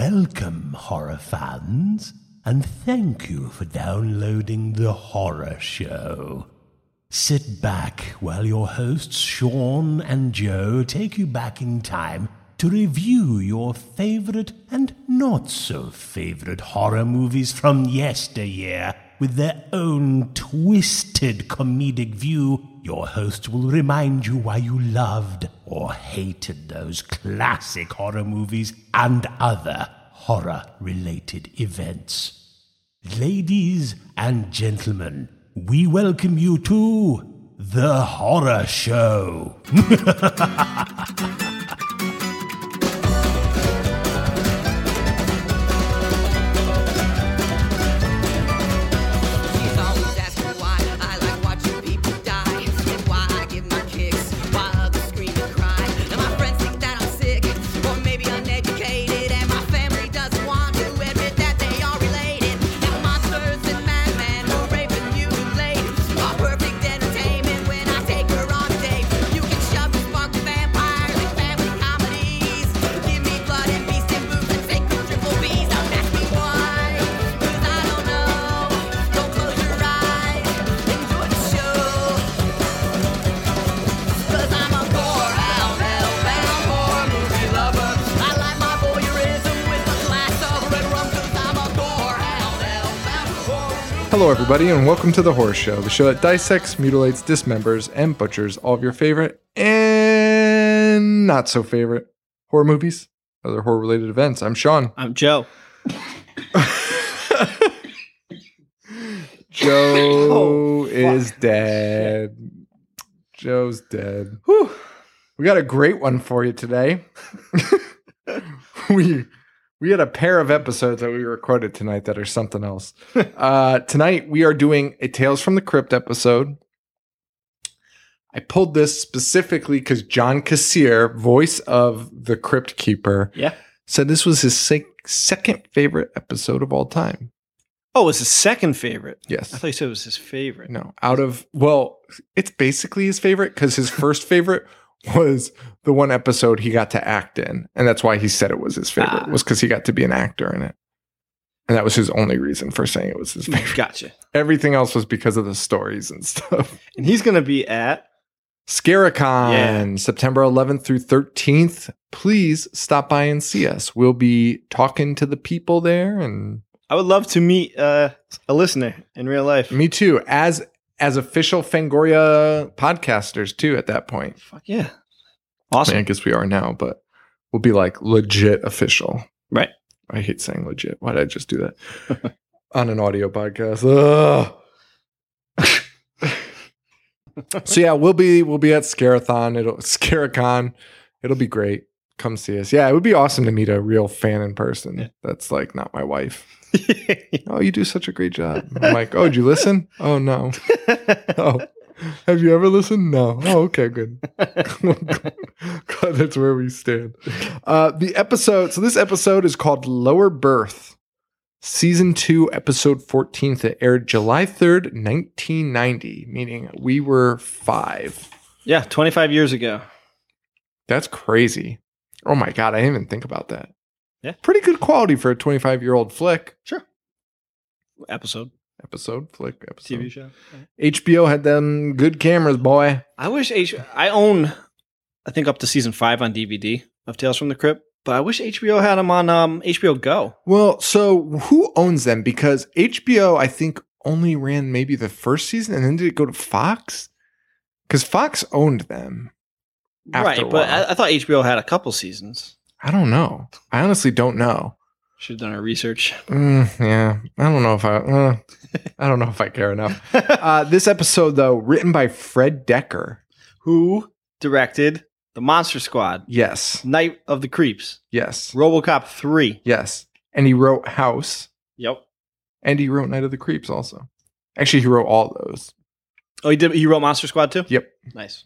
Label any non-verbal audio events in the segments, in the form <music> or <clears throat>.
Welcome, horror fans, and thank you for downloading The Horror Show. Sit back while your hosts Sean and Joe take you back in time to review your favorite and not so favorite horror movies from yesteryear with their own twisted comedic view. Your hosts will remind you why you loved or hated those classic horror movies and other horror related events. Ladies and gentlemen, we welcome you to The Horror Show. She's always asking why I like watching people die, and why I give my kicks while others scream and cry. And my friends think that I'm sick, or maybe uneducated, and my family doesn't want to admit that they are related. And monsters and madmen who rape and mutilate are perfect entertainment when I take her on a date. You can shove and spark the vampires and family comedies. Give me blood and beast and boobs and take me triple B's. Don't ask me why, 'cause I don't know. Don't close your eyes, enjoy the show. Cause I'm a poor hell, hellbound horror movie lover. I like my voyeurism with a glass of red rum. Cause I'm a poor hell, hellbound horror Hello, everybody, and welcome to The Horror Show, the show that dissects, mutilates, dismembers, and butchers all of your favorite and not so favorite horror movies, other horror related events. I'm Sean. I'm Joe. Joe is dead. Joe's dead. We got a great one for you today. <laughs> we we had a pair of episodes that we recorded tonight that are something else. uh, tonight we are doing a Tales from the Crypt episode. I pulled this specifically because John Cassier, voice of the Crypt Keeper, Yeah. said this was his sec- second favorite episode of all time. Oh, it's his second favorite. Yes. I thought you said it was his favorite. <laughs> No, out of well, it's basically his favorite because his first favorite was the one episode he got to act in, and that's why he said it was his favorite Ah. was because he got to be an actor in it, and that was his only reason for saying it was Hmm. his favorite. Gotcha. Everything else was because of the stories and stuff. And he's gonna be at Scaricon, Yeah. September 11th through 13th. Please stop by and see us. We'll be talking to the people there, and I would love to meet uh, a listener in real life. me too. As as official Fangoria podcasters too. At that point. Fuck yeah. I mean, Awesome. I guess we are now, but we'll be like legit official. Right. I hate saying legit. Why did I just do <laughs> that? On an audio podcast. Ugh. so yeah, we'll be we'll be at Scarathon. It'll Scaracon. It'll be great. Come see us. Yeah, it would be awesome to meet a real fan in person. Yeah. That's like not my <laughs> wife. Oh, you do such a great job. I'm like, oh, did you listen? Oh <laughs> no. Oh. Have you ever listened? No. Oh, okay, good. <laughs> God, that's where we stand. Uh, the episode. So this episode is called Lower Birth, season two, episode fourteen. That aired July third, nineteen ninety. Meaning we were five. yeah, 25 years ago. That's crazy. Oh my god, I didn't even think about that. Yeah. pretty good quality for a twenty-five year old flick Episode. episode. Flick episode. TV show. HBO had them good cameras, boy. I wish H I own I think up to season five on DVD of Tales from the Crypt, but I wish HBO had them on um, HBO Go. Well, so who owns them? Because HBO, I think, only ran maybe the first season, and then did it go to Fox? Because Fox owned them. After a right, but while. I, I thought HBO had a couple seasons. I don't know. I honestly don't know. Should have done our research. <laughs> Mm, yeah, I don't know if I. Uh, I don't know if I care enough. <laughs> Uh, this episode, though, written by Fred Decker. Who directed The Monster Squad? Yes, Night of the Creeps, yes, RoboCop 3. yes. And he wrote House, Yep. and he wrote Night of the Creeps. Also, actually, he wrote all those. Oh, he did. He wrote Monster Squad too. Yep. Nice.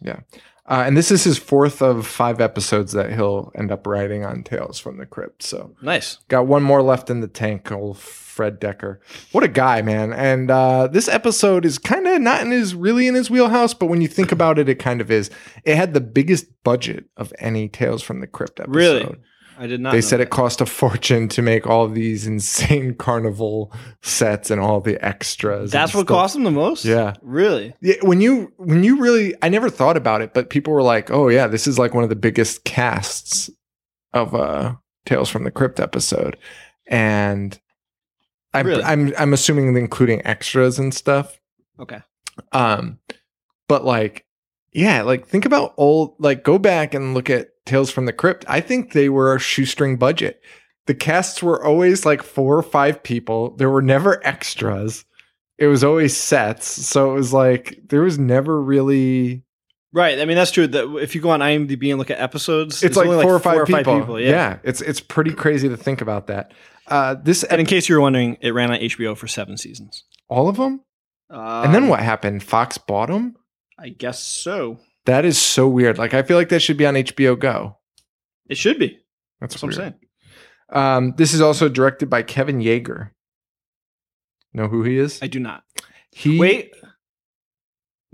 Uh, and this is his fourth of five episodes that he'll end up writing on Tales from the Crypt. So Nice. got one more left in the tank, old Fred Decker. What a guy, man. And uh, this episode is kind of not in his really in his wheelhouse, but when you think about it, it kind of is. It had the biggest budget of any Tales from the Crypt episode. Really? I I did not. they know said that. it cost a fortune to make all these insane <laughs> carnival sets and all the extras. That's and what stuff. cost them the most. Yeah. Really? Yeah, when you when you really, I never thought about it, but people were like, "Oh yeah, this is like one of the biggest casts of uh Tales from the Crypt episode," and I'm Really? I'm I'm assuming including extras and stuff. Okay. Um, but like, yeah, like think about old, like go back and look at Tales from the Crypt. I think they were a shoestring budget. The casts were always like four or five people. There were never extras. It was always sets. So it was like there was never really. Right. I mean, that's true. That if you go on IMDb and look at episodes, It's, like, four, only or five people. Yeah. yeah. it's it's pretty crazy to think about that. Uh, this And in case you were wondering, it ran on HBO for seven seasons. all of them, Uh, and then what happened? Fox bought them. I guess so. That is so weird. Like I feel like that should be on HBO Go. It should be. That's, That's what what weird. I'm saying. Um, this is also directed by Kevin Yeager. Know who he is? I do not. He Wait.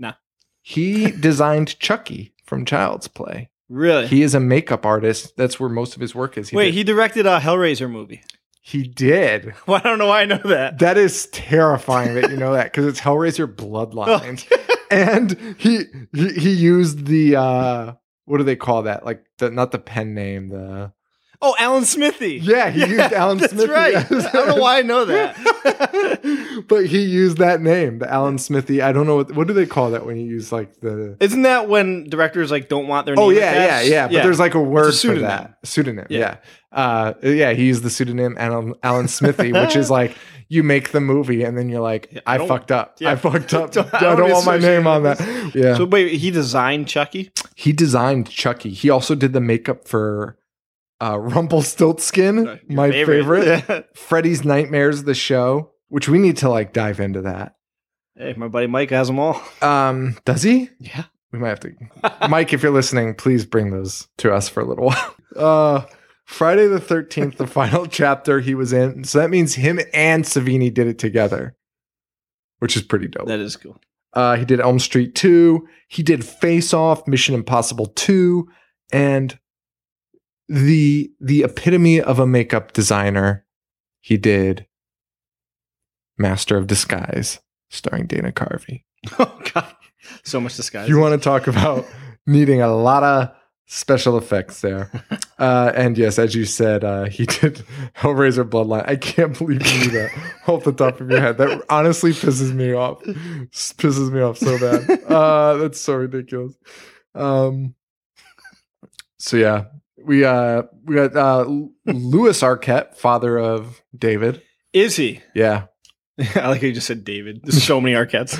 <laughs> He designed Chucky from Child's Play. Really? He is a makeup artist. That's where most of his work is. Wait. did- He directed a Hellraiser movie. <laughs> he did. Well, I don't know why I know that. That is terrifying that you know that because it's Hellraiser Bloodlines, <laughs> and he, he he used the uh what do they call that? Like the, not the pen name. The Oh, Alan Smithy. yeah, he <laughs> used Alan That's Smithy <laughs> right. as- I don't know why I know that. <laughs> but he used that name, the Alan Smithy. I don't know what what do they call that when you use like the Isn't that when directors like don't want their name? Oh yeah, yeah, attached? yeah. But there's like a word for pseudonym. that pseudonym. Yeah. Yeah, Uh, yeah. He used the pseudonym Alan, Alan Smithy, which is <laughs> like you make the movie and then you're like, Yeah, I I, don't- fucked up. yeah. I fucked up. <laughs> Don't- I I don't don't want my associate name on that. Yeah. So wait, he designed Chucky. he designed Chucky. He also did the makeup for uh, Rumpelstiltskin, Your my favorite. <laughs> Yeah. Freddy's Nightmares, the show, which we need to like dive into that. Hey, my buddy Mike has them all. Um, does he? Yeah. We might have to. Mike, if you're listening, please bring those to us for a little while. <laughs> Uh, Friday the 13th, the final chapter he was in. So that means him and Savini did it together, which is pretty dope. That is cool. <laughs> Uh, he did Elm Street 2. He did Face Off, Mission Impossible 2, and the the epitome of a makeup designer. He did Master of Disguise, starring Dana Carvey. Oh god, so much disguise. You want to talk about <laughs> needing a lot of special effects there. Uh, and yes, as you said, uh, he did <laughs> Hellraiser Bloodline. I can't believe you knew that off the top of your head. That honestly pisses me off. S- Pisses me off so bad. Uh, that's so ridiculous. Um, so yeah, we uh, we got uh, L- Louis Arquette, father of David. is he? <laughs> Yeah, I like how you just said David. There's so <laughs> many Arquettes.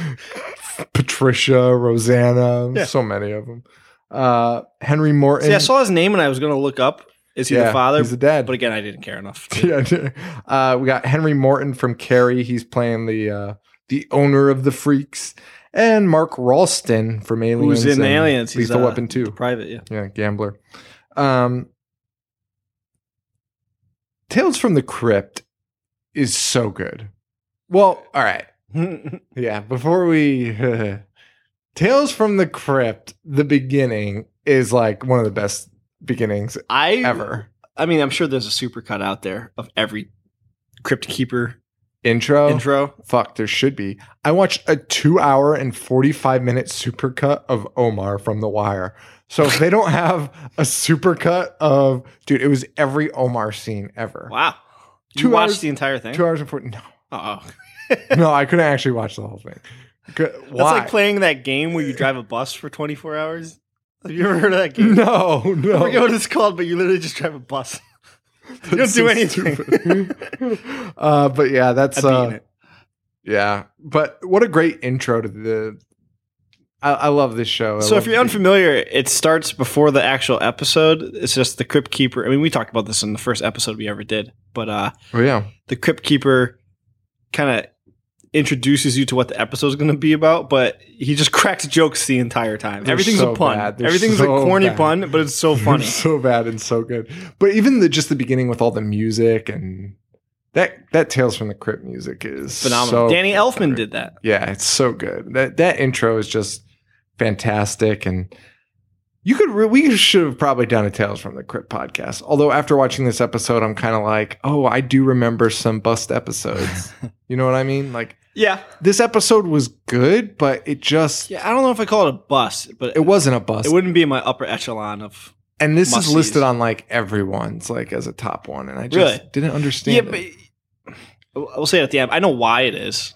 Patricia, Rosanna, Yeah. so many of them. Uh, Henry Morton. See, I saw his name and I was gonna look up. Is he Yeah, the father? He's the dad. <laughs> but again, I didn't care enough. yeah, uh, we got Henry Morton from Carrie. He's playing the uh, the owner of the freaks, and Mark Ralston from Aliens. Who's in and Aliens? He's, Lethal uh, Weapon Two. Private. Yeah. Yeah, gambler. Um, Tales from the Crypt is so good. Well, all right. <laughs> Yeah, before we <laughs> Tales from the Crypt, the beginning is like one of the best beginnings I ever. I mean, I'm sure there's a supercut out there of every Crypt Keeper Intro. intro. Fuck, there should be. I watched a two hour and 45 minute supercut of Omar from The Wire. So if they don't have a supercut of, dude, it was every Omar scene ever. Wow. You Two watched hours- the entire thing. Two hours and 40. No, Oh, no, I couldn't actually watch the whole thing. Good- that's Why? like playing that game where you drive a bus for 24 hours. Have you ever heard of that <laughs> game? no, I forget no. what it's called, but you literally just drive a bus. <laughs> you don't That's do so anything. stupid. <laughs> uh, but yeah, that's. I've Uh, beaten it. Yeah, but what a great intro to the. I, I love this show. I <laughs> So if love you're the- unfamiliar, it starts before the actual episode. It's just the Crypt Keeper. I mean, we talked about this in the first episode we ever did, but uh, oh yeah, the Crypt Keeper kind of introduces you to what the episode's going to be about, but he just <laughs> cracks jokes the entire time. They're Everything's so a pun. bad. They're Everything's a so corny bad. pun, but it's <laughs> so funny. so bad and so good. But even the just the beginning with all the music and that that Tales from the Crypt music is Phenomenal. so- Danny Elfman did that. Yeah, it's so good. That that intro is just fantastic and You could re- we should have probably done a Tales from the Crypt podcast. Although after watching this episode, I'm kind of like, oh, I do remember some bust <laughs> episodes. you know what I mean? Like Yeah. this episode was good, but it just Yeah. I don't know if I call it a bust, but it wasn't a bust. it wouldn't be in my upper echelon of and this is must-sees. listed on like everyone's like as a top one, and I just Really? didn't understand. Yeah, Yeah, but I will say it at the end. I know why it is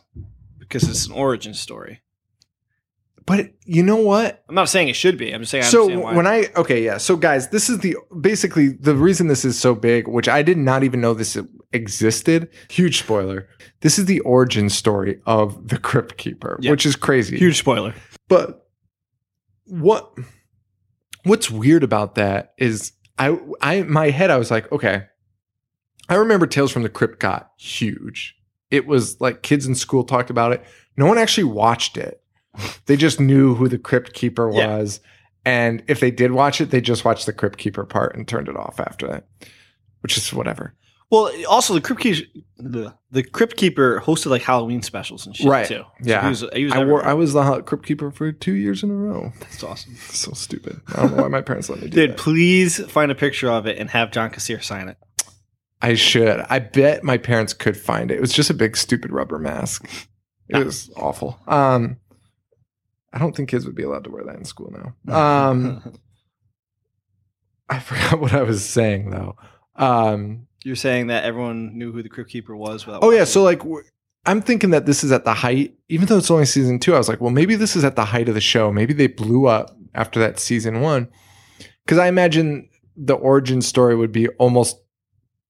because it's an origin story. but but you know what? I'm not saying it should be. I'm just saying. I so understand why. when I okay yeah so guys this is the basically the reason this is so big which I did not even know this existed huge spoiler this is the origin story of the Crypt Keeper Yeah. which is crazy huge spoiler. but what what's weird about that is I I in my head I was like okay I remember Tales from the Crypt got huge it was like kids in school talked about it no one actually watched it they just knew who the crypt keeper Yeah. was and if they did watch it they just watched the crypt keeper part and turned it off after that which is whatever Well, also the crypt keeper, the, the crypt keeper hosted like Halloween specials and shit Right. too. So Yeah. he was, he was I, wore, everywhere. I was the hot crypt keeper for two years in a row <laughs> That's awesome, so stupid i don't know why my parents let me do dude. that. Please find a picture of it and have John Kassir sign it. i should i bet my parents could find it it was just a big stupid rubber mask it Yeah. was awful um i don't think kids would be allowed to wear that in school now um i forgot <laughs> what i was saying though um You're saying that everyone knew who the crypt keeper was without. Oh yeah, watching so it. like w- I'm thinking that this is at the height, even though it's only season two. I was like, well, maybe this is at the height of the show. Maybe they blew up after that season one, because I imagine the origin story would be almost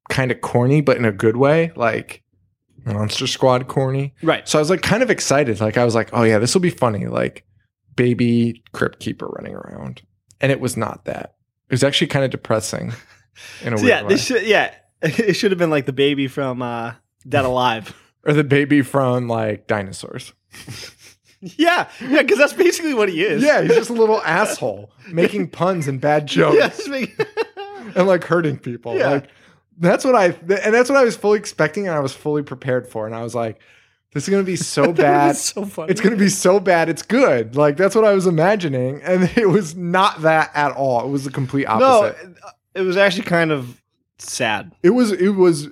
kind of corny, but in a good way, like Monster Squad corny. right. So I was like kind of excited. Like I was like, oh yeah, this will be funny. Like baby crypt keeper running around, and it was not that. It was actually kind of <laughs> depressing. In a So weird yeah, way. this should, yeah, <laughs> it should have been like the baby from uh, Dead Alive. or the baby from like dinosaurs. <laughs> yeah, yeah, because that's basically what he is. Yeah, <laughs> he's just a little asshole making puns and bad jokes Yes, <laughs> make- and like hurting people. Yeah. Like that's what I and that's what I was fully expecting and I was fully prepared for. And I was like, this is gonna be <laughs> so bad. That's so funny. It's gonna be so bad, it's good. Like that's what I was imagining. And <laughs> it was not that at all. It was the complete no. opposite. It, it was actually kind of sad. It was it was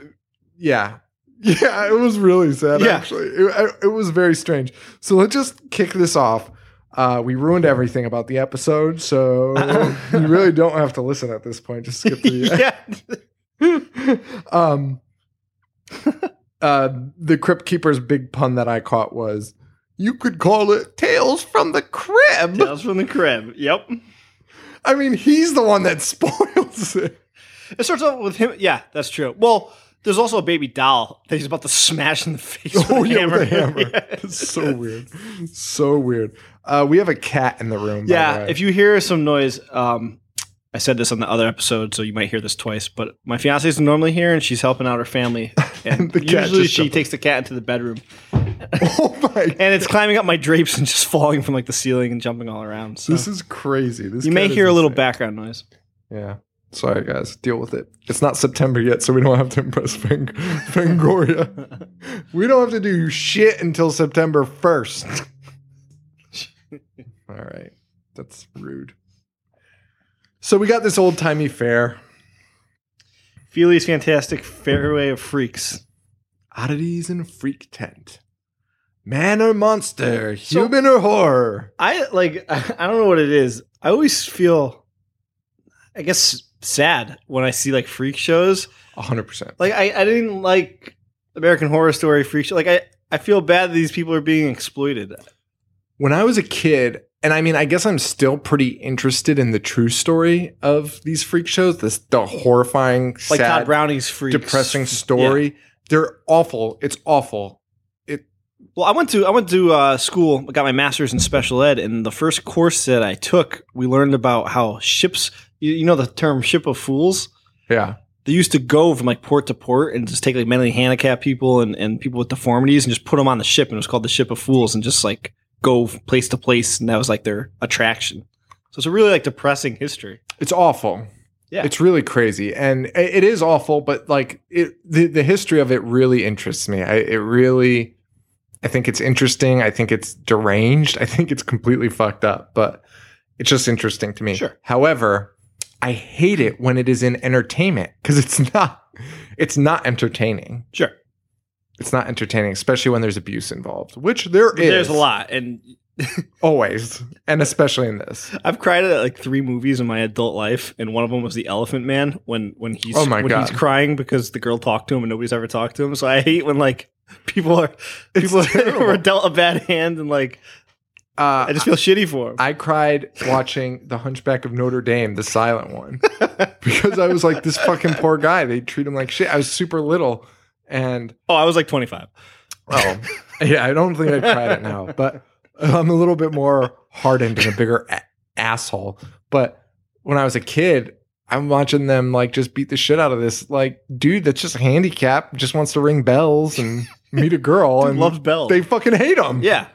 yeah. <laughs> Yeah, it was really sad Yeah. actually. It, I- it was very strange. So let's just kick this off. Uh, we ruined everything about the episode, <laughs> so you really don't have to listen at this point. Just skip to the <laughs> <laughs> yeah. end. um, uh, the Crypt Keeper's big pun that I caught was, "You could call it Tales from the Crib." Tales from the crib. Yep. I mean, he's the one that <laughs> spoils it. It starts off with him. Yeah, that's true. Well, there's also a baby doll that he's about to smash in the <laughs> face Oh with a yeah, hammer. with a hammer. <laughs> Yeah. It's so weird, so weird. Uh, we have a cat in the room. by Yeah, the way. if you hear some noise, um, I said this on the other episode, so you might hear this twice. But my fiance is normally here, and she's helping out <laughs> her family. And The cat usually, just she jumped. takes the cat into the bedroom, <laughs> oh my, and it's climbing up my drapes and just <laughs> falling from like the ceiling and jumping all around. So this is crazy. This you may cat hear is a little insane. background noise. Yeah, sorry guys, deal with it. It's not September yet, so we don't have to impress Fang- <laughs> Fangoria. we don't have to do shit until September <laughs> first. All right, that's rude. So we got this old timey fair. Feely's fantastic fairway of freaks. Oddities and Freak Tent. Man or monster, human or horror. I like <laughs> I don't know what it is. I always feel I guess sad when I see like freak shows. 100%. Like I, I didn't like American Horror Story freak show. Like I, I feel bad that these people are being exploited. When I was a kid, and I mean, I guess I'm still pretty interested in the true story of these freak shows, this the horrifying, Like sad, Todd Brownie's freaks. depressing story. They're awful. It's awful. Well, I went to I went to uh, school, got my master's in special ed, and the first course that I took, we learned about how ships you, you know the term ship of fools? Yeah. they used to go from like port to port and just take like mentally handicapped people and, and people with deformities and just put them on the ship and it was called the ship of fools and just like go from place to place and that was like their attraction so it's a really like depressing history It's awful. Yeah. It's really crazy. And i- it is awful, but like it the, the history of it really interests me. I it really I think it's interesting. I think it's deranged. I think it's completely fucked up, but It's just interesting to me. Sure. However, I hate it when it is in entertainment because it's <laughs> not. It's not entertaining. Sure. It's not entertaining, especially when there's abuse involved, which there is. There's a lot, and always, and especially in this. I've cried at like three movies in my adult life, and one of them was The Elephant Man when when he's Oh my when God. he's crying because the girl talked to him and nobody's ever talked to him. So I hate when like people are people <laughs> terrible. are dealt a bad hand, and like Uh, I just feel shitty for him. I cried watching The Hunchback of Notre Dame, the silent one, <laughs> because I was like, this fucking poor guy. They treat him like shit. I was super little, and oh, I was like 25. <laughs> oh, yeah, I don't think I cried it now, but I'm a little bit more hardened and a bigger a- asshole. But when I was a kid, I'm watching them like just beat the shit out of this like dude that's just handicapped, just wants to ring bells and meet a girl, <laughs> Dude and loves Bell. Um, they fucking hate him. Yeah.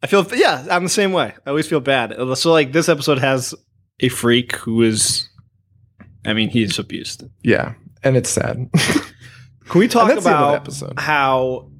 I feel, yeah, I'm the same way. I always feel bad. So, like, this episode has a freak who is, I mean, he's abused. yeah, and it's sad. Can we talk And that's the end of the about episode. how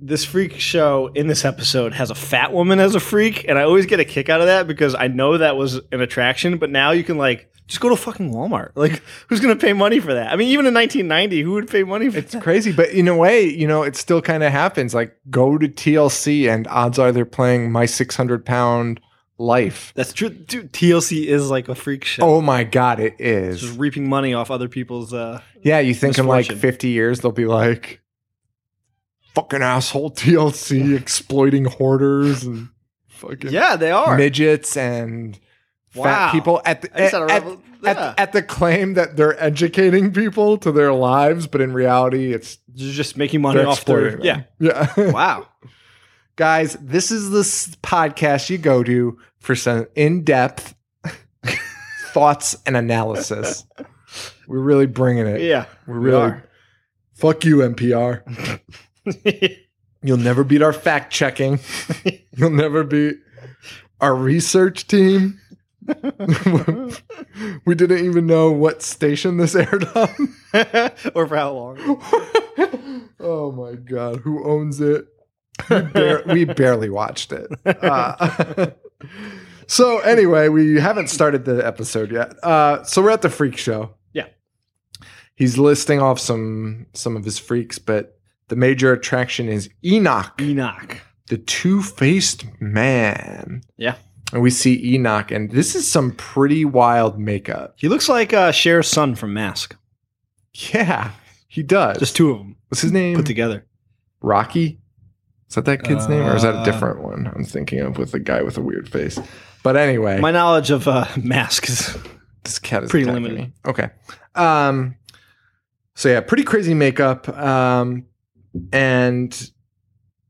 this freak show in this episode has a fat woman as a freak? And I always get a kick out of that because I know that was an attraction, but now you can, like, just go to fucking Walmart. <laughs> Like, who's going to pay money for that? I mean, even in 1990, who would pay money for It's that? <laughs> crazy, but in a way, you know, it still kind of happens. Like, go to TLC, and odds are they're playing My 600 Pound Life. That's true. Dude, TLC is like a freak show. Oh my God, it is. Just reaping money off other people's. uh Yeah, you think in like Misfortune. 50 years, they'll be like, fucking asshole TLC <laughs> exploiting hoarders and fucking Yeah, they are. midgets and Wow. fat people at the, I just had a at- revel- at- yeah. at the claim that they're educating people to their lives, but in reality, it's They're just making money they're off their exploiting. yeah. them. Yeah. Yeah. <laughs> Wow. guys this is the s- podcast you go to for some in-depth thoughts and analysis we're really bringing it Yeah. we're really <laughs> fuck you npr you'll never beat our fact checking you'll never beat our research team <laughs> we didn't even know what station this aired on or for how long? <laughs> oh my god, who owns it? We, bar- we barely watched it. Uh, <laughs> so anyway, we haven't started the episode yet. Uh, so we're at the freak show. Yeah. he's listing off some some of his freaks, but the major attraction is Enoch, Enoch. the two faced man. Yeah. And we see Enoch, and this is some pretty wild makeup. He looks like uh, Cher's son from Mask. Yeah, he does. Just two of them What's his name? put together. Rocky. Is that that kid's name, or is that a Uh, different one? I'm thinking of with the guy with a weird face. But anyway, My knowledge of uh, <laughs> Mask is this cat is pretty attacking limited. me. Okay. Um. So yeah, pretty crazy makeup. Um, and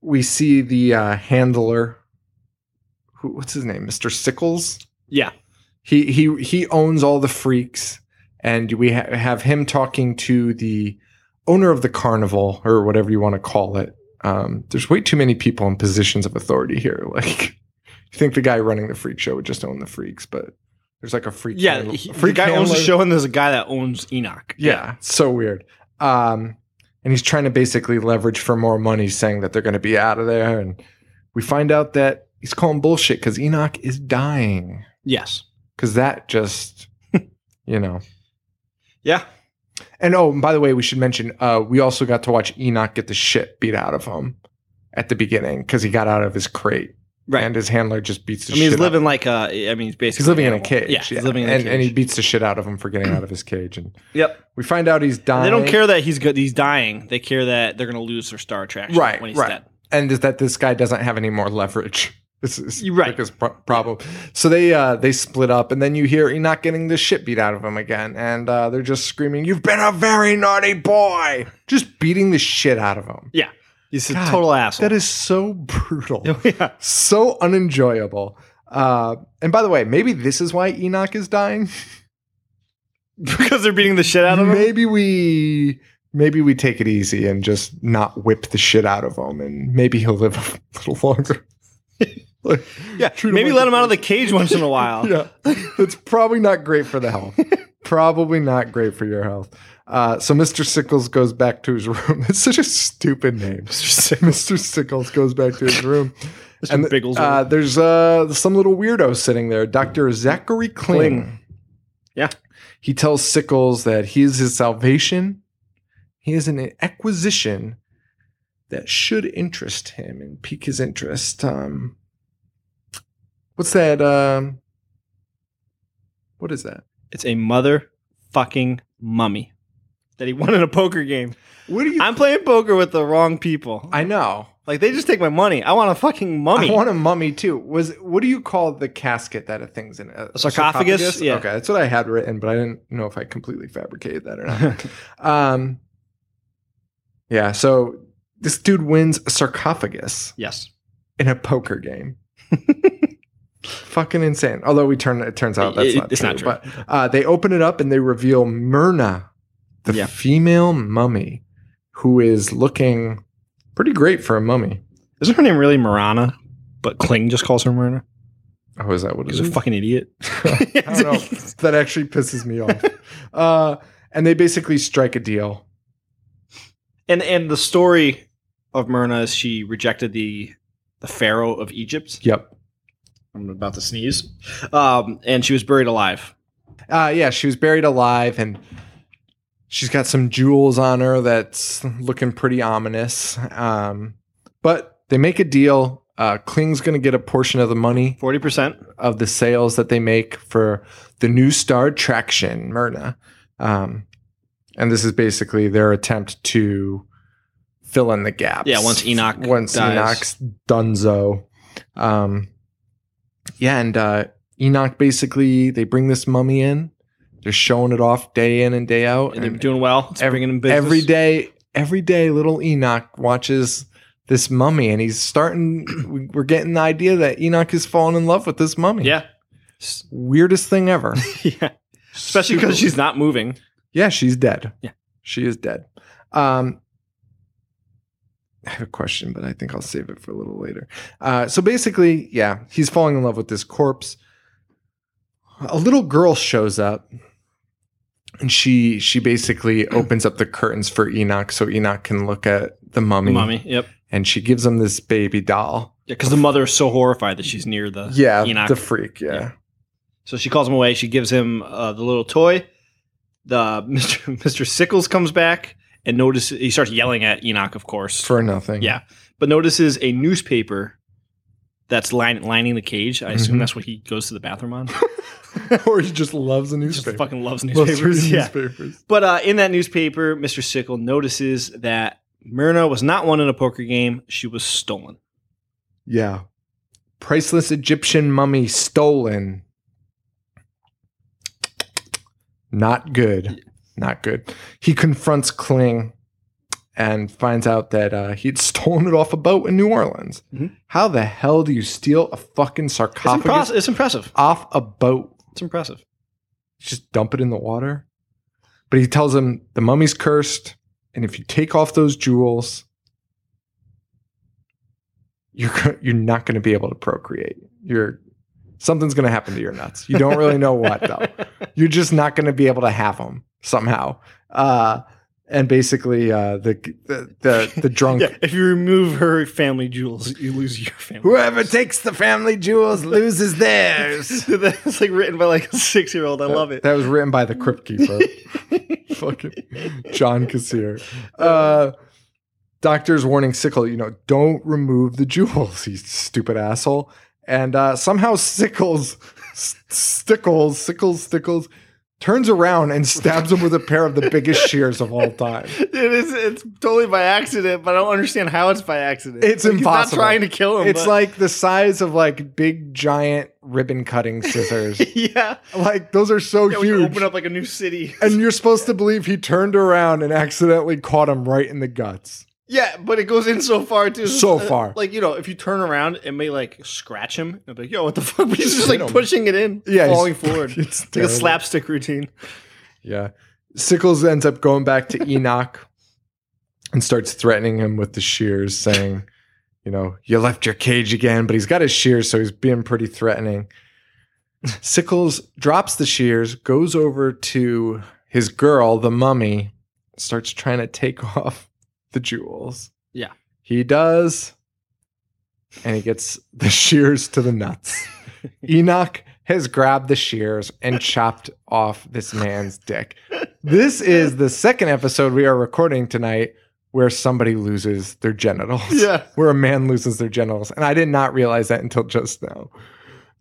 we see the uh, handler. Who, what's his name? Mr. Sickles. yeah. He he he owns all the freaks, and we ha- have him talking to the owner of the carnival or whatever you want to call it. Um, there's way too many people in positions of authority here. <laughs> Like, you think the guy running the freak show would just own the freaks, but there's like a freak. Yeah. handle- He, the guy owns the handler. show, and there's a guy that owns Enoch. Yeah, it's so weird. Um, and he's trying to basically leverage for more money, saying that they're going to be out of there. And we find out that he's calling bullshit because Enoch is dying. Yes. Because that <laughs> just, you know. Yeah. And oh, and by the way, we should mention uh, we also got to watch Enoch get the shit beat out of him at the beginning because he got out of his crate Right. and his handler just beats the I mean, shit he's living out like uh, I mean, he's basically He's living in a animal. cage. Yeah, he's living in a and, cage. And he beats the shit out of him for getting out of his cage. And yep. we find out he's dying. They don't care that he's good. He's dying. They care that they're going to lose their star attraction Right, when he's right. dead. And is that this guy doesn't have any more leverage. <laughs> This is You're right. the biggest pro- problem. So they uh, they split up, and then you hear Enoch getting the shit beat out of him again, and uh, they're just screaming, "You've been a very naughty boy!" Just beating the shit out of him. Yeah. He's a God, total asshole. That is so <laughs> brutal. <laughs> yeah. so unenjoyable. Uh, and by the way, maybe this is why Enoch is dying. because they're beating the shit <laughs> out of him. maybe we maybe we take it easy and just not whip the shit out of him, and maybe he'll live <laughs> a little longer. Like, Yeah, treat maybe like let a <laughs> him out of the cage once in a while. Yeah, it's probably not great for the health. probably not great for your health. Uh, so Mr. Sickles goes back to his room. <laughs> It's such a stupid name. Mr. Sickles, goes back to his room. Mr. And Biggles. uh, there's uh, some little weirdo sitting there, Dr. Zachary Kling. Kling. Yeah. He tells Sickles that he is his salvation. He is an acquisition that should interest him and pique his interest. Um, what's that? Um, what is that? it's a mother fucking <laughs> mummy that he won in a poker game. What do you? <laughs> I'm playing poker with the wrong people. I know. Like they just take my money. I want a fucking mummy. I want a mummy too. Was what do you call the casket that a thing's in? A, sarcophagus? Yeah. Okay, that's what I had written, but I didn't know if I completely fabricated that or not. <laughs> um, yeah. So this dude wins a sarcophagus yes. in a poker game. <laughs> Fucking insane. Although we turn it turns out that's It- not, it's true, not true. But uh, they open it up and they reveal Myrna, the Yeah. female mummy, who is looking pretty great for a mummy. Isn't her name really Marana? But Kling just calls her Marana. Oh, is that what it He's is? a fucking <laughs> idiot. I don't know. that actually pisses me off. Uh, and they basically strike a deal. <laughs> And and the story of Myrna is she rejected the the pharaoh of Egypt. Yep. I'm about to sneeze. Um, and she was buried alive. Uh, yeah, she was buried alive, and she's got some jewels on her that's looking pretty ominous. Um, but they make a deal. Uh, Kling's going to get a portion of the money Forty percent. of the sales that they make for the new star traction, Myrna. Um, and this is basically their attempt to fill in the gaps. Yeah, once Enoch once dies. Enoch's Dunzo. Um, yeah, and uh, Enoch basically they bring this mummy in. They're showing it off day in and day out. And they're And doing well. It's ev- bringing in business. every day, every day, little Enoch watches this mummy, and he's starting. we- We're getting the idea that Enoch is falling in love with this mummy. Yeah. weirdest thing ever. <laughs> yeah. Mm-hmm. Especially because she's not moving. Yeah, she's dead. Yeah. She is dead. Um I have a question, but I think I'll save it for a little later. Uh so basically, yeah, he's falling in love with this corpse. A little girl shows up and she she <clears throat> basically opens up the curtains for Enoch so Enoch can look at the mummy, Mommy. Yep. and she gives him this baby doll. Yeah, because the mother is so horrified that she's near the Yeah, Enoch. the freak, yeah. so she calls him away. She gives him uh, the little toy. The <laughs> Mr. Mr. Sickles comes back and notices he starts yelling at Enoch, of course, For nothing. Yeah. but notices a newspaper that's lin- lining the cage. I assume Mhm. that's what he goes to the <laughs> bathroom on. <laughs> or he just loves a Just newspaper. fucking loves Loves newspapers. reading <laughs> yeah. newspapers. But uh, in that newspaper, Mr. Sickle notices that Myrna was not won in a poker game. She was stolen. Yeah. Priceless Egyptian mummy stolen. Not good. Not good. He confronts Kling and finds out that uh, he'd <laughs> stolen it off a boat in New Orleans. Mhm. How the hell do you steal a fucking It's, impros- sarcophagus it's impressive. off a boat? It's impressive. Just dump it in the water? But he tells him the mummy's cursed, and if you take off those jewels, you're go- you're not going to be able to procreate. You're something's going to happen to your nuts. You don't really know what <laughs> though. You're just not going to be able to have them somehow. Uh, and basically, uh, the, the the <laughs> the drunk Yeah, if you remove her family jewels, you lose your family. <laughs> whoever takes the family jewels loses theirs. That's like written by like a six year old. I love it. That was written by the Crypt <laughs> Keeper. Fucking John Kassir. Uh, doctor's warning Sickle, you know, don't remove the jewels, you stupid asshole. And uh, somehow Sickles, S- Stickles, Sickles, Stickles turns around and stabs him with a pair of the biggest shears of all time. It is. It's totally by accident, but I don't understand how it's by accident. It's Like, he's not impossible. trying to kill him. It's but- like the size of like big giant ribbon cutting <laughs> scissors. <laughs> yeah. like those are so yeah when you huge. open up like a new city. <laughs> And you're supposed to believe he turned around and accidentally caught him right in the guts. Yeah, but it goes in so far too. So Uh, far. like you know, if you turn around, it may like scratch him. I'll be like, yo, what the fuck? <laughs> But he's just like hit him. pushing it in, Yeah, he's- falling forward. <laughs> It's It's like a terrible. slapstick routine. Yeah. Sickles ends up going back to Enoch and starts threatening him with the shears, saying, you know, you left your cage again, but he's got his shears, so he's being pretty threatening. Sickles drops the shears, goes over to his girl, the mummy, starts trying to take <laughs> off the jewels. Yeah. He does. And he gets the <laughs> shears to the <laughs> nuts. Enoch has grabbed the shears and chopped off this man's dick. This is the second episode we are recording tonight where somebody loses their genitals <laughs> Yeah. where a man loses their genitals. And I did not realize that until just now.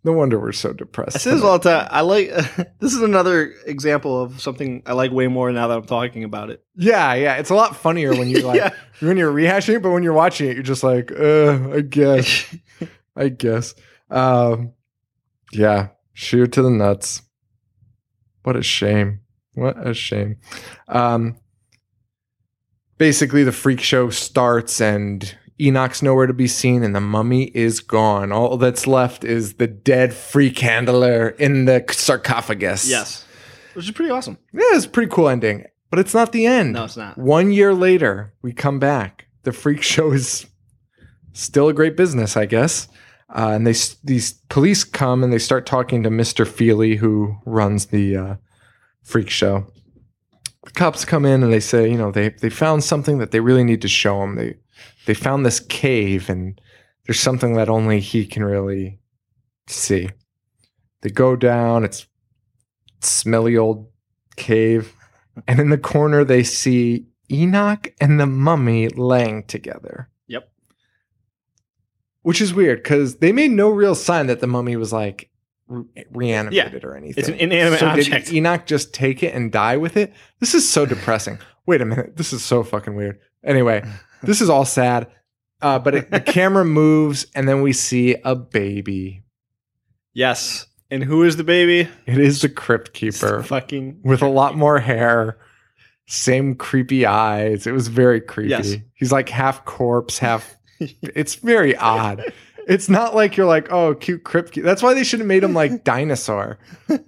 No wonder we're so depressed. I say this all the time. I like <laughs> this is another example of something I like way more now that I'm talking about it. yeah, yeah. It's a lot funnier when <laughs> you like Yeah. when you're rehashing it, but when you're watching it, you're just like, uh, I <laughs> guess. I guess. Um yeah. Sheer to the nuts. What a shame. What a shame. Um basically the freak show starts and Enoch's nowhere to be seen and the mummy is gone. All that's left is the dead freak handler in the sarcophagus. Which is pretty awesome. Yeah, it's a pretty cool ending, but it's not the end. No, it's not. One year later, we come back. The freak <laughs> show is still a great business, I guess. Uh, and they s- these police come and they start talking to Mr. Feely, who runs the uh, freak show. The cops come in and they say, you know, they they found something that they really need to show him. They they found this cave and there's something that only he can really see. They go down. It's smelly old <laughs> cave. And in the corner, they see Enoch and the mummy laying together. Yep. Which is weird because they made no real sign that the mummy was like re- reanimated or anything. It's an inanimate so did object. Enoch just take it and die with it? This is so <laughs> depressing. Wait a minute. This is so fucking weird. Anyway, this is all sad. Uh, but <laughs> it, the camera moves, and then we see a baby. Yes. And who is the baby? It is the crypt It's keeper. the Fucking with a lot more hair, same creepy eyes. It was very creepy. Yes. He's like half corpse, <laughs> half. it's very odd. It's not like you're like, oh, cute crypt. keep-" That's why they should have made him <laughs> like dinosaur,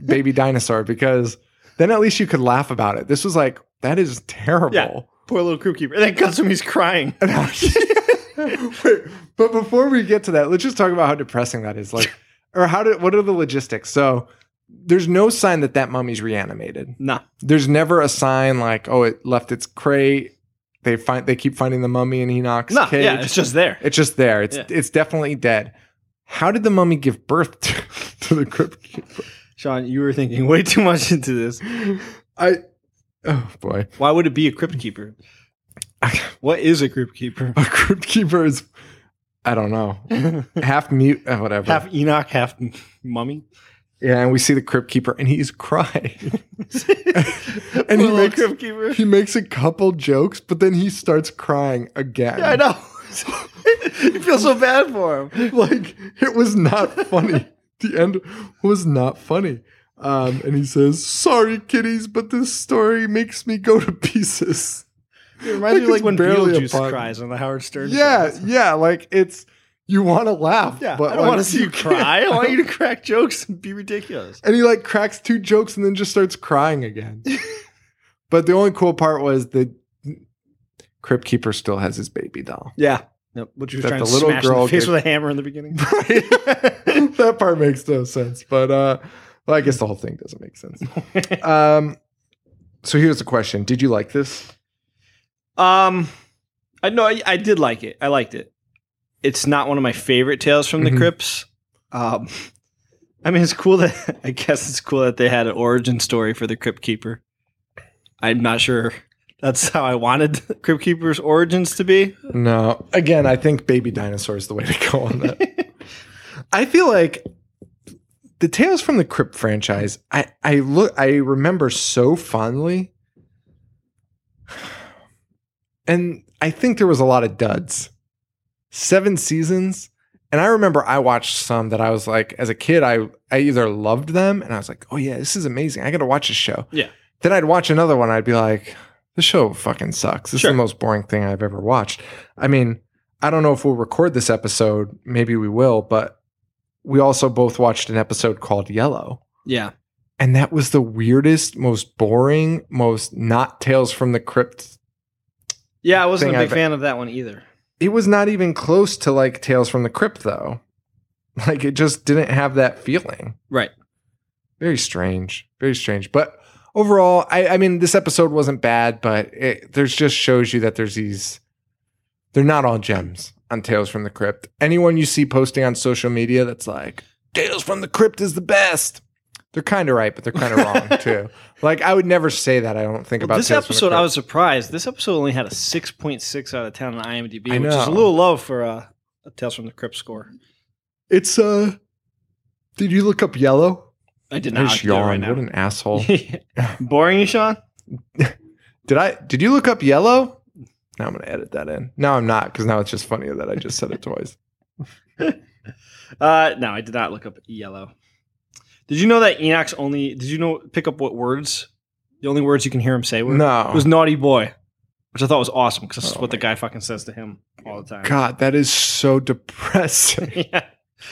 baby dinosaur, because then at least you could laugh about it. This was like, that is terrible. Yeah. poor little crew keeper. And then cuts him. He's <laughs> crying. <laughs> Wait, but before we get to that, let's just talk about how depressing that is. <laughs> Like, or how did what are the logistics? So there's no sign that that mummy's reanimated Nah. there's never a sign like, oh, it left its crate. They find they keep finding the mummy in Enoch's Nah. cage. Yeah. It's just there. It's just there. It's Yeah. it's definitely dead. How did the mummy give birth <laughs> to, to the crypt keeper? Sean, you were thinking way too much into this. I oh boy, <laughs> Why would it be a crypt <laughs> keeper? What is a crypt keeper? a crypt keeper is I don't know <laughs> half mute uh, whatever. half Enoch, half mummy. yeah, and we see the crypt keeper and he's crying. <laughs> and he he makes- crypt keeper. he makes a couple jokes, but then he starts crying again. <laughs> I know. <laughs> you feel so bad for him. like it was not <laughs> funny. the end was not funny. Um, and he says, "Sorry, kiddies, but this story makes me go to pieces." It reminds me Like like when it's barely a Beetlejuice pun. cries on the Howard Stern. Yeah, show. yeah, like it's you want to laugh, <laughs> yeah. but I don't like, want to see you can't. cry. I want you to crack jokes and be ridiculous. <laughs> And he like cracks two jokes and then just starts crying <laughs> again. but the only cool part was the crypt keeper still has his baby doll. Yeah. Yep. Which was That trying the to little smash girl in the face gave- with a hammer in the <laughs> beginning. that part makes no sense. But uh well, I guess the whole thing doesn't make sense. um so here's the question. Did you like this? <laughs> um, I know I, I did like it. I liked it. It's not one of my favorite tales from Mhm. the crypts. Um, I mean, it's cool that <laughs> I guess it's cool that they had an origin story for the crypt keeper. I'm not sure that's <laughs> how I wanted crypt keeper's origins to be. No. Again, I think baby dinosaur is the way to go on that. <laughs> I feel like the Tales from the Crypt franchise, I, I look I remember so fondly. And I think there was a lot of duds. Seven seasons. And I remember I watched some that I was like, as a kid, I, I either loved them and I was like, oh yeah, this is amazing. I gotta watch this show. Yeah. Then I'd watch another one, I'd be like, this show fucking sucks. This Sure. is the most boring thing I've ever watched. I mean, I don't know if we'll record this episode. Maybe we will, but we also both watched an episode called Yellow. Yeah. And that was the weirdest, most boring, most not Tales from the Crypt. Yeah, I wasn't thing a big I've- fan of that one either. It was not even close to like Tales from the Crypt, though. Like it just didn't have that feeling. Right. very strange, very strange. But overall, I, I mean, this episode wasn't bad, but it there's just shows you that there's these. They're not all gems on Tales from the Crypt. Anyone you see posting on social media that's like Tales from the Crypt is the best. They're kind of right, but they're kind <laughs> of wrong too. Like I would never say that. I don't think about this Tales from the episode, Crypt. I was surprised. This episode only had a 6.6 out of 10 on IMDb, I which is a know. little low for uh, a Tales from the Crypt score. It's uh. Did you look up yellow? I did I not just do that right yawned. now. What an <laughs> asshole. Boring you, Sean? Did I? Did you look up yellow? Now I'm gonna edit that in. No, I'm not because now it's just funnier that I just said it twice. Uh, no, I did not look up yellow. Did you know that Enoch's only? Did you know pick up what words? The only words you can hear him say were No, was naughty boy, which I thought was awesome because that's Oh what the my guy fucking says to him all the time. God, that is so depressing. <laughs> <laughs> yeah,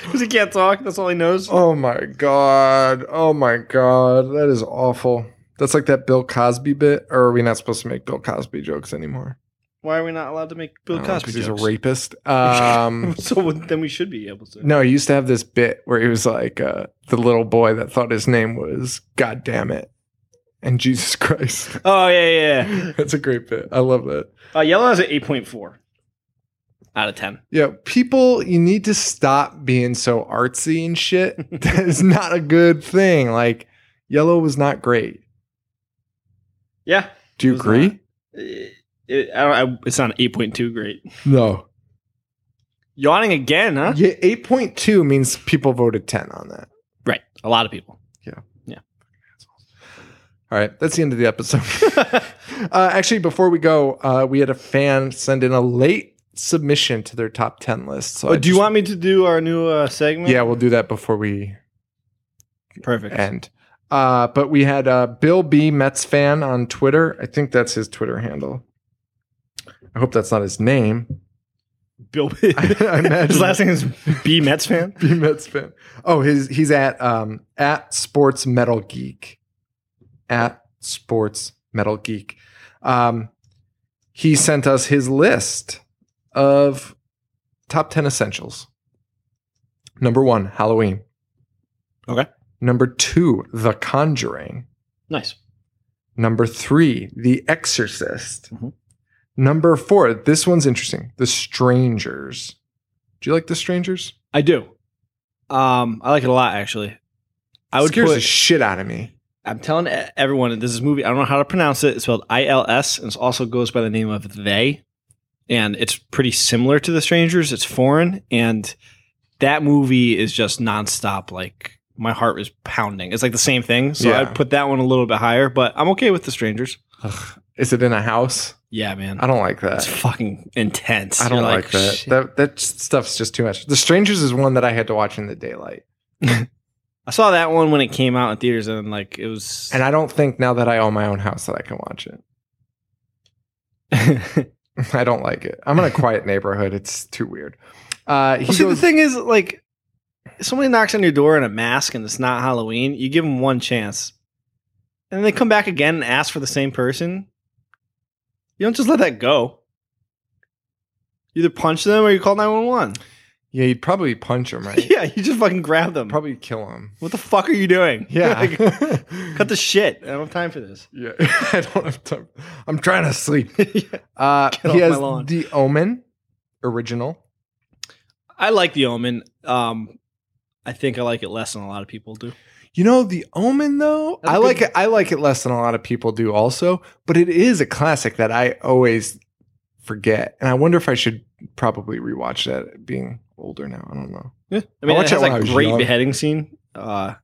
because he can't talk. That's all he knows. Oh my God. Oh my God. That is awful. That's like that Bill Cosby bit. Or are we not supposed to make Bill Cosby jokes anymore? Why are we not allowed to make Bill I don't know, Cosby? Oh, 'cause He's jokes? a rapist. <laughs> Um, so then we should be able to. No, he used to have this bit where he was like uh, the little boy that thought his name was God damn it and <laughs> Jesus Christ. Oh yeah, yeah. yeah. That's a great bit. I love that. Uh, yellow has an eight point four out of ten. Yeah, people, you need to stop being so artsy and shit. <laughs> that is not a good thing. Like, yellow was not great. Yeah, Do you It was agree? It- it- I don't, I, it's not an eight point two. Great. No. Yawning again, huh? Yeah, 8.2 means people voted 10 on that. Right. A lot of people. All right, that's the end of the <laughs> episode. uh, actually, before we go, uh, we had a fan send in a late submission to their top 10 list. So I Oh, do you just- want me to do our new uh, segment? Yeah, we'll do that before we perfect. end. Uh, but we had uh, Bill B. Mets fan on Twitter. I think that's his Twitter handle. I hope that's not his name. <laughs> Bill, I imagine- <laughs> his last name is B Mets fan. <laughs> B. Mets fan. Oh, his he's at um, at Sports Metal Geek. At Sports Metal Geek. Um, he sent us his list of top 10 essentials. Number one, Halloween. Okay. Number two, The Conjuring. Nice. Number three, The Exorcist. Mhm. Number four, this one's interesting, The Strangers. Do you like The Strangers? I do. Um, I like it a lot actually. I would scares put. the shit out of me. I'm telling e- everyone that this is a movie. I don't know how to pronounce it. It's spelled I L S, and it also goes by the name of They, and it's pretty similar to The Strangers. It's foreign, and that movie is just nonstop. Like my heart was pounding. It's like the same thing. So Yeah. I put that one a little bit higher, but I'm okay with The Strangers. Is it in a house? Yeah, man. I don't like It's that. fucking intense. I don't You're like, that. "Shit." That that stuff's just too much. The Strangers is one that I had to watch in the daylight, I saw that one when it came out in theaters, and like it was. and I don't think now that I own my own house that I can watch it. <laughs> <laughs> I don't like it. I'm in a quiet neighborhood. It's too weird. Uh, he Well, see, goes- the thing is, like, if somebody knocks on your door in a mask and it's not Halloween, you give them one chance, and then they come back again and ask for the same person. You don't just let that go. You either punch them or you call nine one <laughs> one. yeah, you'd probably punch him, right? <laughs> Yeah, you just fucking grab them. Probably kill him. <laughs> What the fuck are you doing? Yeah. <laughs> Like, cut the shit. I don't have time for this. <laughs> Yeah, <laughs> I don't have time. I'm trying to sleep. <laughs> Yeah. Uh, Get off he my has lawn. the Omen original. I like the Omen. Um, I think I like it less than a lot of people do. You know the Omen though. That's I a like good- it. I like it less than a lot of people do, also. But it is a classic that I always forget, and I wonder if I should probably rewatch that. Being older now, I don't know. Yeah. I I mean, it watched has that when I a was great young. beheading scene, uh,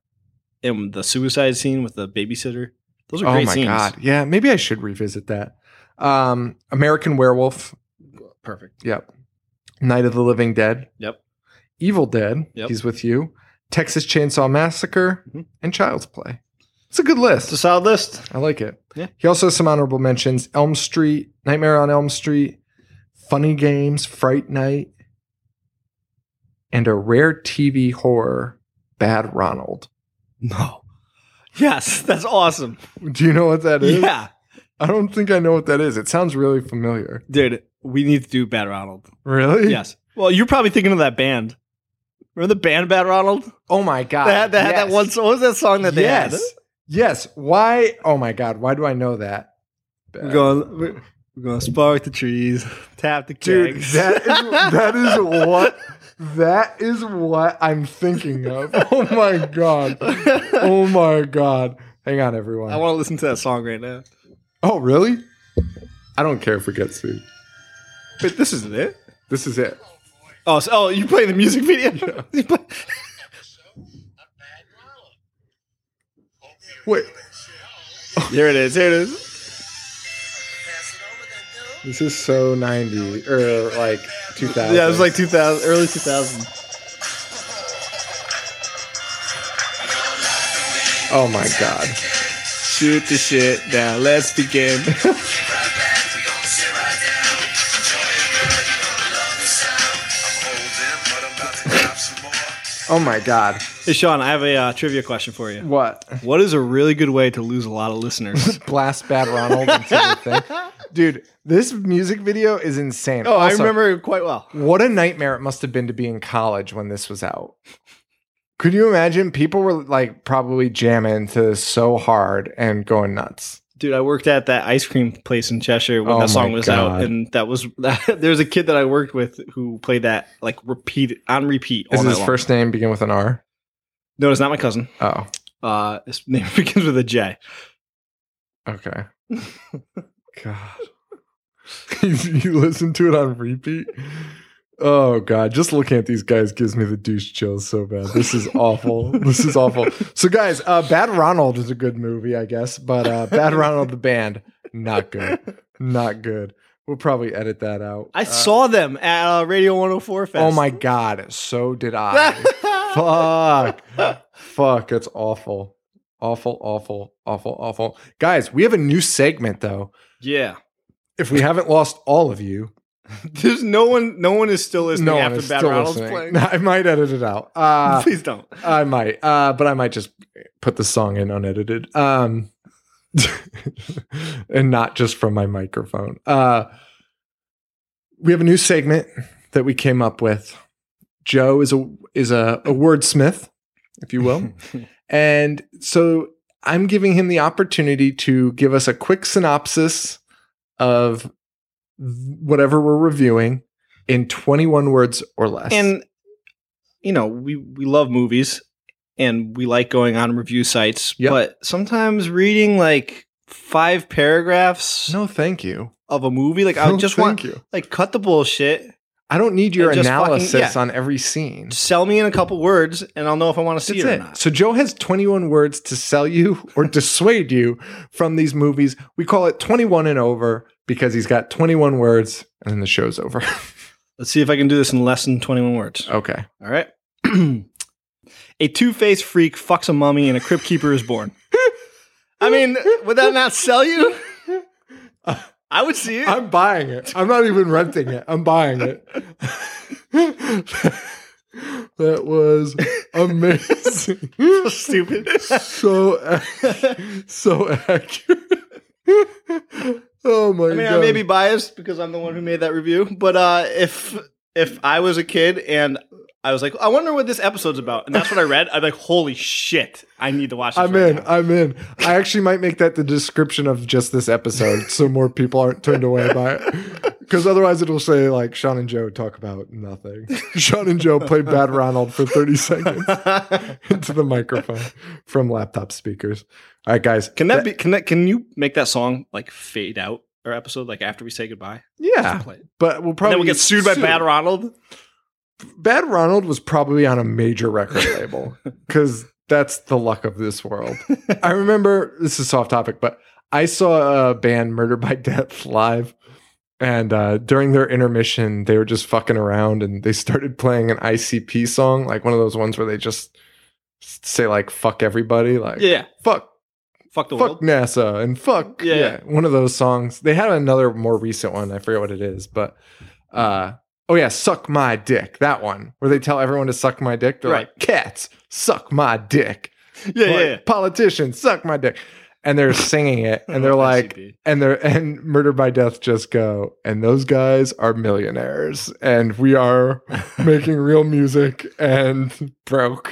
and the suicide scene with the babysitter. Those are Oh great my scenes. god! Yeah, maybe I should revisit that. Um, American Werewolf. Perfect. Yep. Night of the Living Dead. Yep. Evil Dead. Yep. He's with you. Texas Chainsaw Massacre Mhm. and Child's Play. It's a good list. It's a solid list. I like it. Yeah. He also has some honorable mentions: Elm Street, Nightmare on Elm Street, Funny Games, Fright Night, and a rare TV horror, Bad Ronald. No. Yes, that's awesome. Do you know what that is? Yeah, I don't think I know what that is. It sounds really familiar. dude, we need to do Bad Ronald. <laughs> Really? Yes. Well, you're probably thinking of that band. Remember the band Bad Ronald? Oh my god. That that, that yes. one. What was that song that they had? Yes. Yes. Why? Oh my god. Why do I know that? We're going. We're, we're going to spark the trees, tap the Dude, kegs. that is that is <laughs> what that is what I'm thinking of. Oh my god. Oh my god. Hang on, everyone. <laughs> I want to listen to that song right now. oh really? I don't care if it gets sued. But this isn't it. This is it. Oh, so, oh, you play the music <laughs> video? You play- Wait, Here it is. Here it is. this is so 90 or like 2000. Yeah, it was like 2000, early 2000. oh my god. Shoot the shit down. Let's begin. Oh my god. <laughs> Hey, Sean, I have a uh, trivia question for you. What? What is a really good way to lose a lot of listeners? Blast Bad Ronald into the <laughs> thing. Dude, this music video is insane. <laughs> oh, I Also, remember it quite well. What a nightmare it must have been to be in college when this was out. Could you imagine? People were like probably jamming to this so hard and going nuts. Dude, I worked at that ice cream place in Cheshire when Oh that song my was God. out, and that was <laughs> there was a kid that I worked with who played that like repeat on repeat. All Is night his long. first name begin with an R? No, it's not my cousin. Oh, Uh, his <laughs> name begins with a J. okay. God. <laughs> you listen to it on repeat? Oh god, just looking at these guys gives me the douche chills so bad. This is awful. this is awful. So guys, uh Bad Ronald is a good movie, I guess, but uh Bad Ronald the band, not good. Not good. We'll probably edit that out. I Uh, saw them at uh, Radio 104 Fest. Oh <laughs> my god, so did I. Fuck. Fuck, that's awful. Awful, awful, awful, awful. Guys, we have a new segment though. yeah. If we haven't lost all of you, <laughs> There's no one. No one is still listening no one after is Bad still Ronald's listening. <laughs> playing. I might edit it out. Uh, <laughs> <laughs> Please don't. I might, uh, but I might just put the song in unedited, um, <laughs> and not just from my microphone. Uh, we have a new segment that we came up with. Joe is a is a, a wordsmith, if you will, and so I'm giving him the opportunity to give us a quick synopsis of whatever we're reviewing in 21 words or less. and you know we we love movies and we like going on review sites Yep. but sometimes reading like five paragraphs no, thank you. of a movie like i No, just thank want you. like cut the bullshit I don't need your And just fucking- analysis yeah. on every scene. sell me in a couple words and i'll know if i want to see That's it, or it. not So Joe has 21 words to sell <laughs> you or dissuade you from these movies. We call it 21 and over because he's got 21 words and then the show's <laughs> over. let's see if i can do this in less than 21 words okay. all right <clears throat> a two-faced freak fucks a mummy and a crypt keeper is born i mean would that not sell you i would see it I'm buying it. I'm not even renting it. I'm buying it. <laughs> that was <laughs> amazing. stupid so ac- <laughs> so accurate. <laughs> oh my I mean, god. I may be biased because I'm the one who made that review, but uh, if if I was a kid and I was like, I wonder what this episode's about, and that's what I read, I'd be like, holy shit, I need to watch. This I'm right in. now. I'm in. I actually might make that the description of just this episode so more people aren't turned away by it. Because otherwise, it'll say, like, Sean and Joe talk about nothing. <laughs> Sean and Joe play Bad Ronald for 30 seconds <laughs> into the microphone from laptop speakers. All right, guys. Can that be? Can that? Can you make that song like fade out our episode, like after we say goodbye? Yeah. Play it. But we'll And Ah, probably then we get sued by Bad Ronald. Bad Ronald was probably on a major record label because that's the luck of this world. I remember this is soft topic, but I saw a band Murder by Death live, and uh, during their intermission, they were just fucking around and they started playing an ICP song, like one of those ones where they just s- say like "fuck everybody," like Yeah, "fuck fuck the fuck world. NASA and fuck yeah. Yeah. one of those songs. They had another more recent one. I forget what it is, but uh oh yeah, suck my dick. That one where they tell everyone to suck my dick. They're Right. like cats suck my dick. Yeah, Like, yeah, yeah. Politicians suck my dick. and they're singing it and they're like SCP. and they're <laughs> and murder by death just go and those guys are millionaires and we are <laughs> making real music and broke <laughs>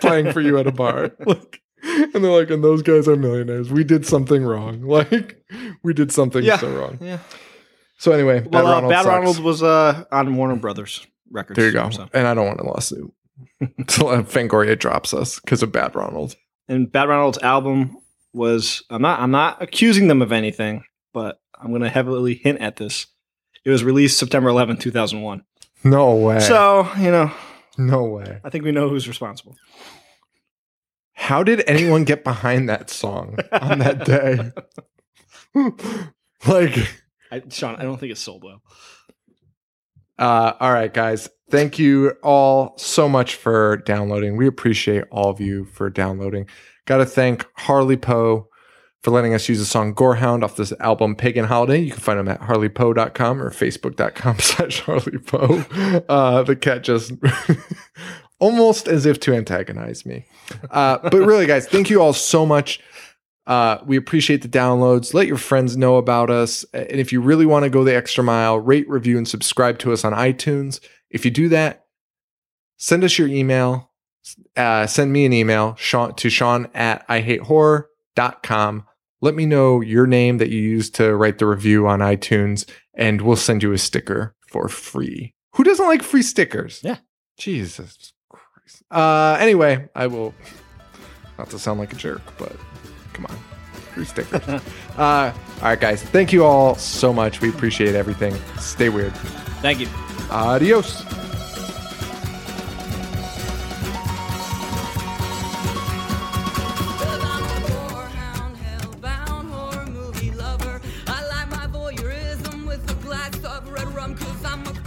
playing for you at a <laughs> bar like <laughs> and they're like and those guys are millionaires we did something wrong <laughs> like we did something Yeah. so wrong Yeah. so anyway Well, uh, Bad sucks. Ronald was uh, on Warner Brothers records. there you go so. and i don't want a lawsuit <laughs> so uh, fangoria drops us because of bad ronald And Bad Ronald's album was I'm not I'm not accusing them of anything, but I'm going to heavily hint at this. It was released September 11, 2001. no way So, you know, no way I think we know who's responsible. How did anyone get behind that song on that day? <laughs> like, I, Sean, I don't think it's sold well. uh, all right, guys, thank you all so much for downloading. We appreciate all of you for downloading. Got to thank Harley Poe for letting us use the song Gorehound off this album Pagan Holiday. You can find him at harleypoe.com or facebook.com <laughs> slash Harley Poe. Uh, the cat just <laughs> almost as if to antagonize me. Uh, but really, guys, thank you all so much. Uh, we appreciate the downloads. Let your friends know about us. And if you really want to go the extra mile, rate, review, and subscribe to us on iTunes. If you do that, send us your email. Uh, send me an email Sean, to Sean at ihatehorror.com. Let me know your name that you used to write the review on iTunes, and we'll send you a sticker for free. Who doesn't like free stickers? Yeah. Jesus Christ. Uh, anyway, I will, not to sound like a jerk, but come on free stickers <laughs> uh, all right guys thank you all so much we appreciate everything stay weird Thank you. adios Well, I'm a whorehound, hellbound horror movie lover. I like my voyeurism with a glass of red rum, cause I'm a